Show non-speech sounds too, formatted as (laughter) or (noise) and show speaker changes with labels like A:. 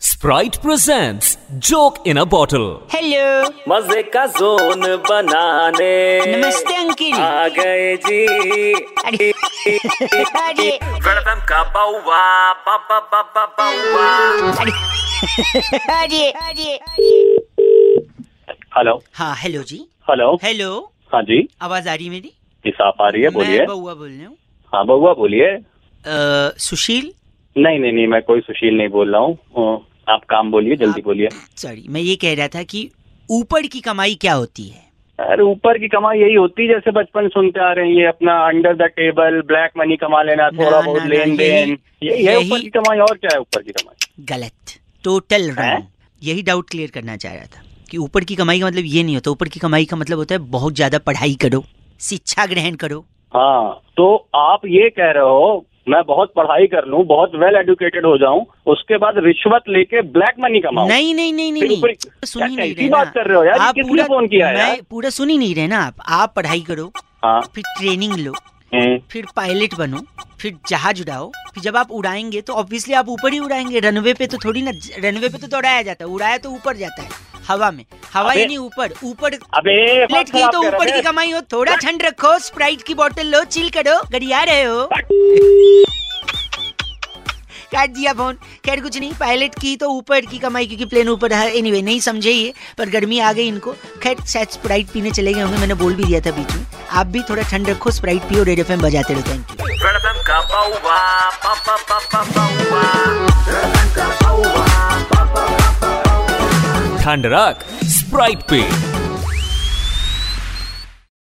A: Sprite presents Joke in a Bottle.
B: Hello
C: मजे का zone बनाने
B: नमस्ते अंकिल
C: आ गए जी
B: अरे अरे
C: वेलकम का बाउवा बाबा बाबा बाउवा
B: अरे अरे
D: हेलो
B: हाँ हेलो जी
D: हेलो
B: हेलो
D: हाँ जी
B: आवाज आ रही है मेरी
D: जी साफ आ रही है बोलिए
B: मैं बउआ बोल रहा हूँ
D: हाँ बउआ बोलिए
B: अ, सुशील
D: नहीं नहीं नहीं मैं कोई सुशील नहीं बोल रहा हूँ अ, आप काम बोलिए जल्दी बोलिए
B: सॉरी मैं ये कह रहा था कि ऊपर की कमाई क्या होती है
D: अरे ऊपर की कमाई यही होती है जैसे बचपन सुनते आ रहे हैं ये अपना under the table black money कमा लेना थोड़ा
B: ना, ना,
D: बहुत
B: ना,
D: लेन देन
B: यही-
D: ये- ये
B: यही-
D: ऊपर की कमाई और क्या है ऊपर की कमाई
B: गलत टोटल रॉन्ग
D: हैं?
B: यही डाउट क्लियर करना चाह रहा था कि ऊपर की कमाई का मतलब ये नहीं होता ऊपर की कमाई का मतलब होता है बहुत ज्यादा पढ़ाई करो शिक्षा ग्रहण करो
D: हाँ तो आप ये कह रहे हो मैं बहुत पढ़ाई कर लूँ बहुत वेल एडुकेटेड हो जाऊं उसके बाद रिश्वत लेके ब्लैक मनी कमाऊं
B: नहीं नहीं नहीं नहीं,
D: बिल्कुल-
B: नहीं सुन ही
D: क्या
B: नहीं
D: कैसी
B: रहे
D: बात
B: ना
D: कर रहे हो यार? ये
B: आप
D: किसने
B: पूरा
D: फोन किया है
B: मैं
D: यार?
B: पूरा सुन ही नहीं रहे ना आप आप पढ़ाई करो
D: हाँ
B: फिर ट्रेनिंग लो
D: हम्म,
B: फिर पायलट बनो फिर जहाज उड़ाओ फिर जब आप उड़ाएंगे तो ऑब्वियसली आप ऊपर ही उड़ाएंगे रनवे पे तो थोड़ी ना रनवे पे तो दौड़ाया जाता है उड़ाया तो ऊपर जाता है हवा में हवा ही
D: अबे-
B: नहीं ऊपर ऊपर
D: अबे बात
B: प्लेट की
D: खराब
B: तो
D: कर रहे
B: ऊपर की
D: हैं।
B: कमाई हो थोड़ा ठंड रखो स्प्राइट की बोतल लो चिल करो गरिया रहे हो (laughs) काट दिया फोन खैर कुछ नहीं पायलट की तो ऊपर की कमाई क्योंकि प्लेन ऊपर है एनीवे नहीं समझे ये पर गर्मी आ गई इनको खैर शायद स्प्राइट पीने चले गए होंगे मैंने बोल भी दिया था बीच में आप भी थोड़ा ठंड रखो स्प्राइट पियो रेड एफ बजाते रहो थैंक यू
C: वेलकम का बाउवा बाबा बाबा बाउवा
A: ठंड रख Sprite पे